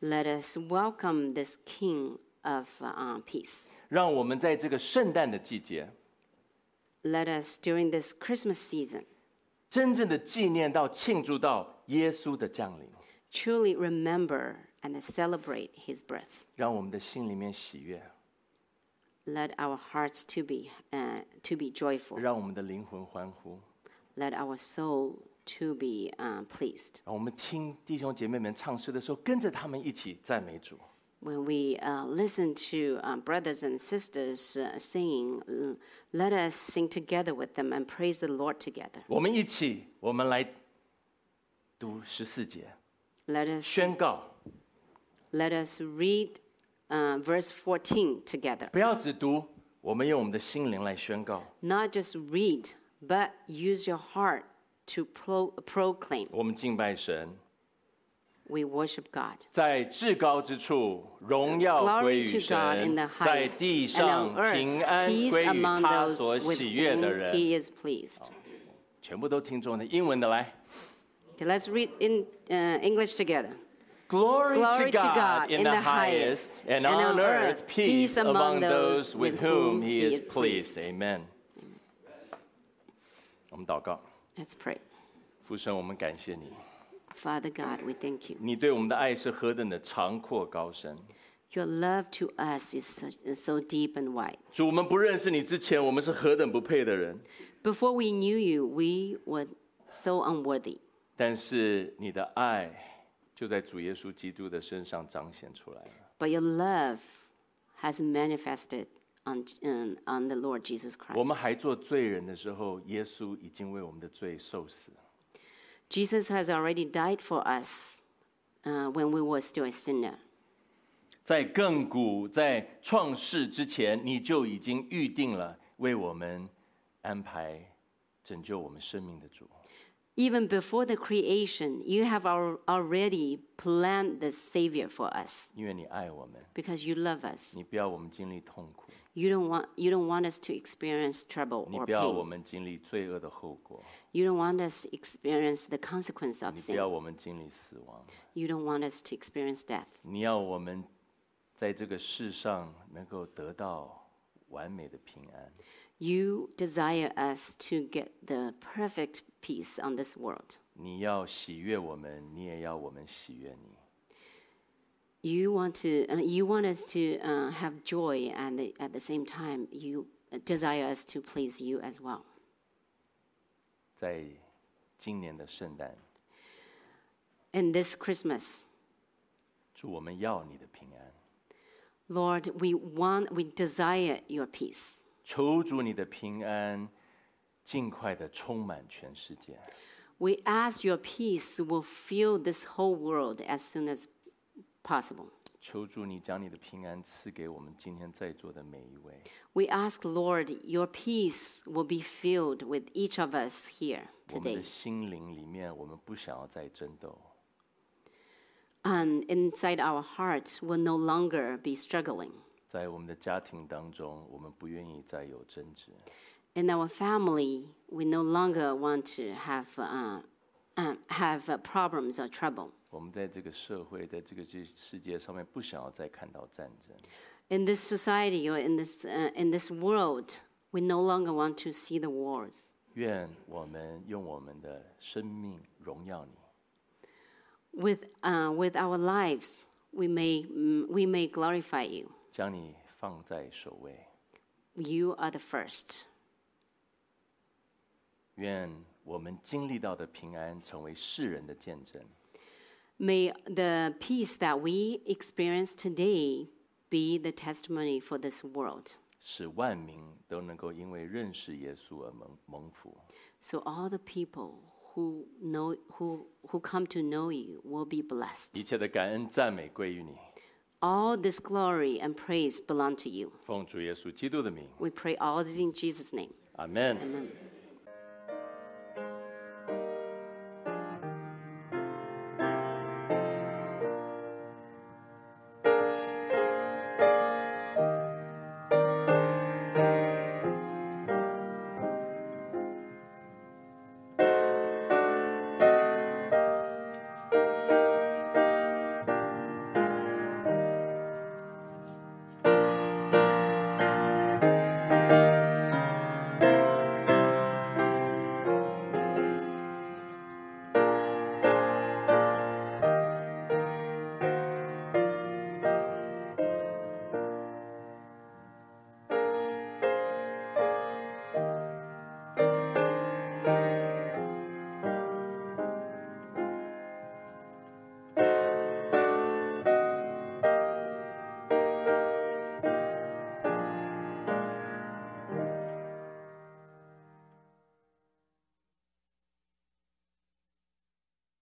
Speaker 2: Let us welcome this King of uh, peace.
Speaker 1: 让我们在这个圣诞的季节，
Speaker 2: Let us, during this Christmas season,
Speaker 1: 真正的纪念到、庆祝到耶稣的降临，
Speaker 2: truly remember and celebrate his birth.
Speaker 1: 让我们的心里面喜悦，
Speaker 2: Let our hearts to be, uh, to be joyful.
Speaker 1: 让我们的灵魂欢呼。
Speaker 2: Let our soul to be uh, pleased.
Speaker 1: 让我们听弟兄姐妹们唱诗的时候，跟着他们一起赞美主。
Speaker 2: When we uh, listen to uh, brothers and sisters uh, singing, l- let us sing together with them and praise the Lord together.
Speaker 1: 我们一起，我们来读十四节，
Speaker 2: Let us,
Speaker 1: 宣告，
Speaker 2: let us read uh, verse 14 together.
Speaker 1: 不要只读我们用我们的心灵来宣告，
Speaker 2: Not just read, but use your heart to pro- proclaim.
Speaker 1: 我们敬拜神，
Speaker 2: We worship God.
Speaker 1: 在至高之处荣耀归
Speaker 2: Glory
Speaker 1: 于
Speaker 2: to God
Speaker 1: 神
Speaker 2: in the，
Speaker 1: 在
Speaker 2: highest,
Speaker 1: 地
Speaker 2: and on
Speaker 1: 上平
Speaker 2: earth
Speaker 1: 安
Speaker 2: peace
Speaker 1: 归于
Speaker 2: among
Speaker 1: 他
Speaker 2: those
Speaker 1: 所
Speaker 2: with
Speaker 1: 喜悦的
Speaker 2: whom
Speaker 1: 人。
Speaker 2: He is pleased.
Speaker 1: 全部都听中文的英文的来。
Speaker 2: Okay, let's read in uh, English together.
Speaker 1: Glory,
Speaker 2: Glory
Speaker 1: to God in the highest, and on earth peace among those with whom He is pleased. Amen. 我们祷告，
Speaker 2: Let's pray.
Speaker 1: 父神，我们感谢你，
Speaker 2: Father God, we thank you.
Speaker 1: 你对我们的爱是何等的长阔高深。
Speaker 2: Your love to us is, such, is so deep and wide.
Speaker 1: 主，我们不认识你之前，我们是何等不配的人，
Speaker 2: Before we knew you, we were so unworthy.
Speaker 1: 但是你的爱就在主耶稣基督的身上彰显出来了。
Speaker 2: But your love has manifested on, um, on the Lord Jesus
Speaker 1: 我们
Speaker 2: Christ.
Speaker 1: 还做罪人的时候，耶稣已经为我们的罪受死。
Speaker 2: Jesus has already died for us uh, when we were still a sinner.
Speaker 1: 在亘古在创世之前，你就已经预定了为我们安排拯救我们生命的主。
Speaker 2: Even before the creation, you have al- already planned the Savior for us
Speaker 1: 因为你爱我们，
Speaker 2: because you love us.
Speaker 1: 你不要我们经历痛苦，
Speaker 2: You don't want, you don't want us to experience trouble
Speaker 1: 你
Speaker 2: or
Speaker 1: 不要我
Speaker 2: pain.
Speaker 1: 们经历罪恶的后果，
Speaker 2: You don't want us to experience the consequence of
Speaker 1: 你不
Speaker 2: sin.
Speaker 1: 要我们经历死亡，
Speaker 2: You don't want us to experience death.
Speaker 1: 你要我们在这个世上能够得到完美的平安。
Speaker 2: You desire us to get the perfect peace on this world.
Speaker 1: 你要喜悦我们，你也要我们喜悦你。
Speaker 2: You want to uh, you want us to uh, have joy and the, at the same time you desire us to please you as well.
Speaker 1: 在今年的圣诞，
Speaker 2: In this Christmas,
Speaker 1: 祝我们要你的平安。
Speaker 2: Lord, we want we desire your peace.
Speaker 1: 求主你的平安尽快的充满全世界。
Speaker 2: We ask your peace will fill this whole world as soon as possible.
Speaker 1: 求主你将你的平安赐给我们今天在座的每一位，
Speaker 2: We ask, Lord, your peace will be filled with each of us here
Speaker 1: 我们的
Speaker 2: today.
Speaker 1: 心灵里面，我们不想要再争斗，
Speaker 2: And um, inside our hearts will no longer be struggling.
Speaker 1: 在我们的家庭当中，我们不愿意再有争执。
Speaker 2: In our family, we no longer want to have, uh, um, have uh, problems or trouble.
Speaker 1: 我们在这个社会，在这个这世界上面，不想要再看到战争。
Speaker 2: In this society or in this, uh, in this world, we no longer want to see the wars.
Speaker 1: 愿我们用我们的生命荣耀你，
Speaker 2: With, uh, with our lives, we may, mm, we may glorify you.
Speaker 1: 将你放在首位。
Speaker 2: You are the first.
Speaker 1: 愿我们经历到的平安成为世人的见证。
Speaker 2: May the peace that we experience today be the testimony for this world.
Speaker 1: 使万民都能够因为认识耶稣而蒙蒙福。
Speaker 2: So all the people who know who who come to know you will be blessed.
Speaker 1: 一切的感恩赞美归于你，
Speaker 2: All this glory and praise belong to you.
Speaker 1: 奉主耶稣基督的名，
Speaker 2: We pray all this in Jesus' name.
Speaker 1: 阿门。
Speaker 2: Amen.